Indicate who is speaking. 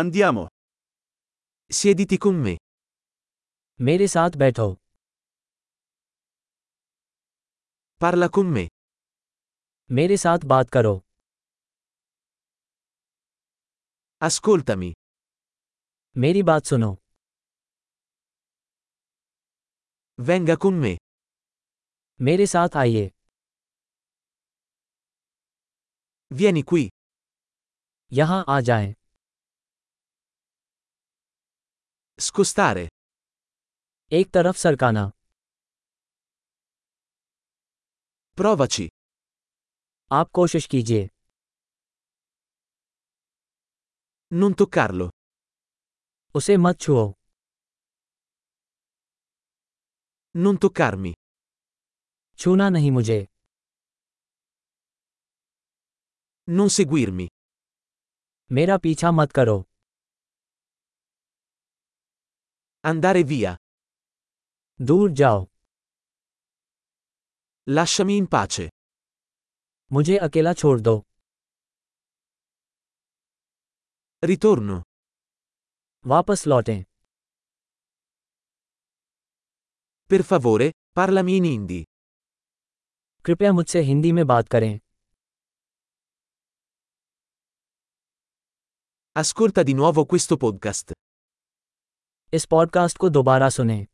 Speaker 1: Andiamo. Siediti con me.
Speaker 2: मेरे साथ बैठो
Speaker 1: Parla con me.
Speaker 2: मेरे साथ बात करो
Speaker 1: Ascoltami.
Speaker 2: मेरी बात सुनो
Speaker 1: Venga con me.
Speaker 2: मेरे साथ आइए
Speaker 1: Vieni qui.
Speaker 2: यहाँ आ जाएं।
Speaker 1: Scostare.
Speaker 2: एक तरफ सरकाना
Speaker 1: Provaci.
Speaker 2: आप कोशिश कीजिए
Speaker 1: Non toccarlo.
Speaker 2: उसे मत छुओ
Speaker 1: Non toccarmi.
Speaker 2: छूना नहीं मुझे
Speaker 1: Non seguirmi.
Speaker 2: मेरा पीछा मत करो
Speaker 1: Andare via.
Speaker 2: दूर जाओ
Speaker 1: Lasciami in pace.
Speaker 2: मुझे अकेला छोड़ दो
Speaker 1: Ritorno.
Speaker 2: वापस लौटें
Speaker 1: Per favore, parlami in hindi.
Speaker 2: कृपया मुझसे हिंदी में बात करें
Speaker 1: Ascolta di nuovo questo podcast.
Speaker 2: इस पॉडकास्ट को दोबारा सुनें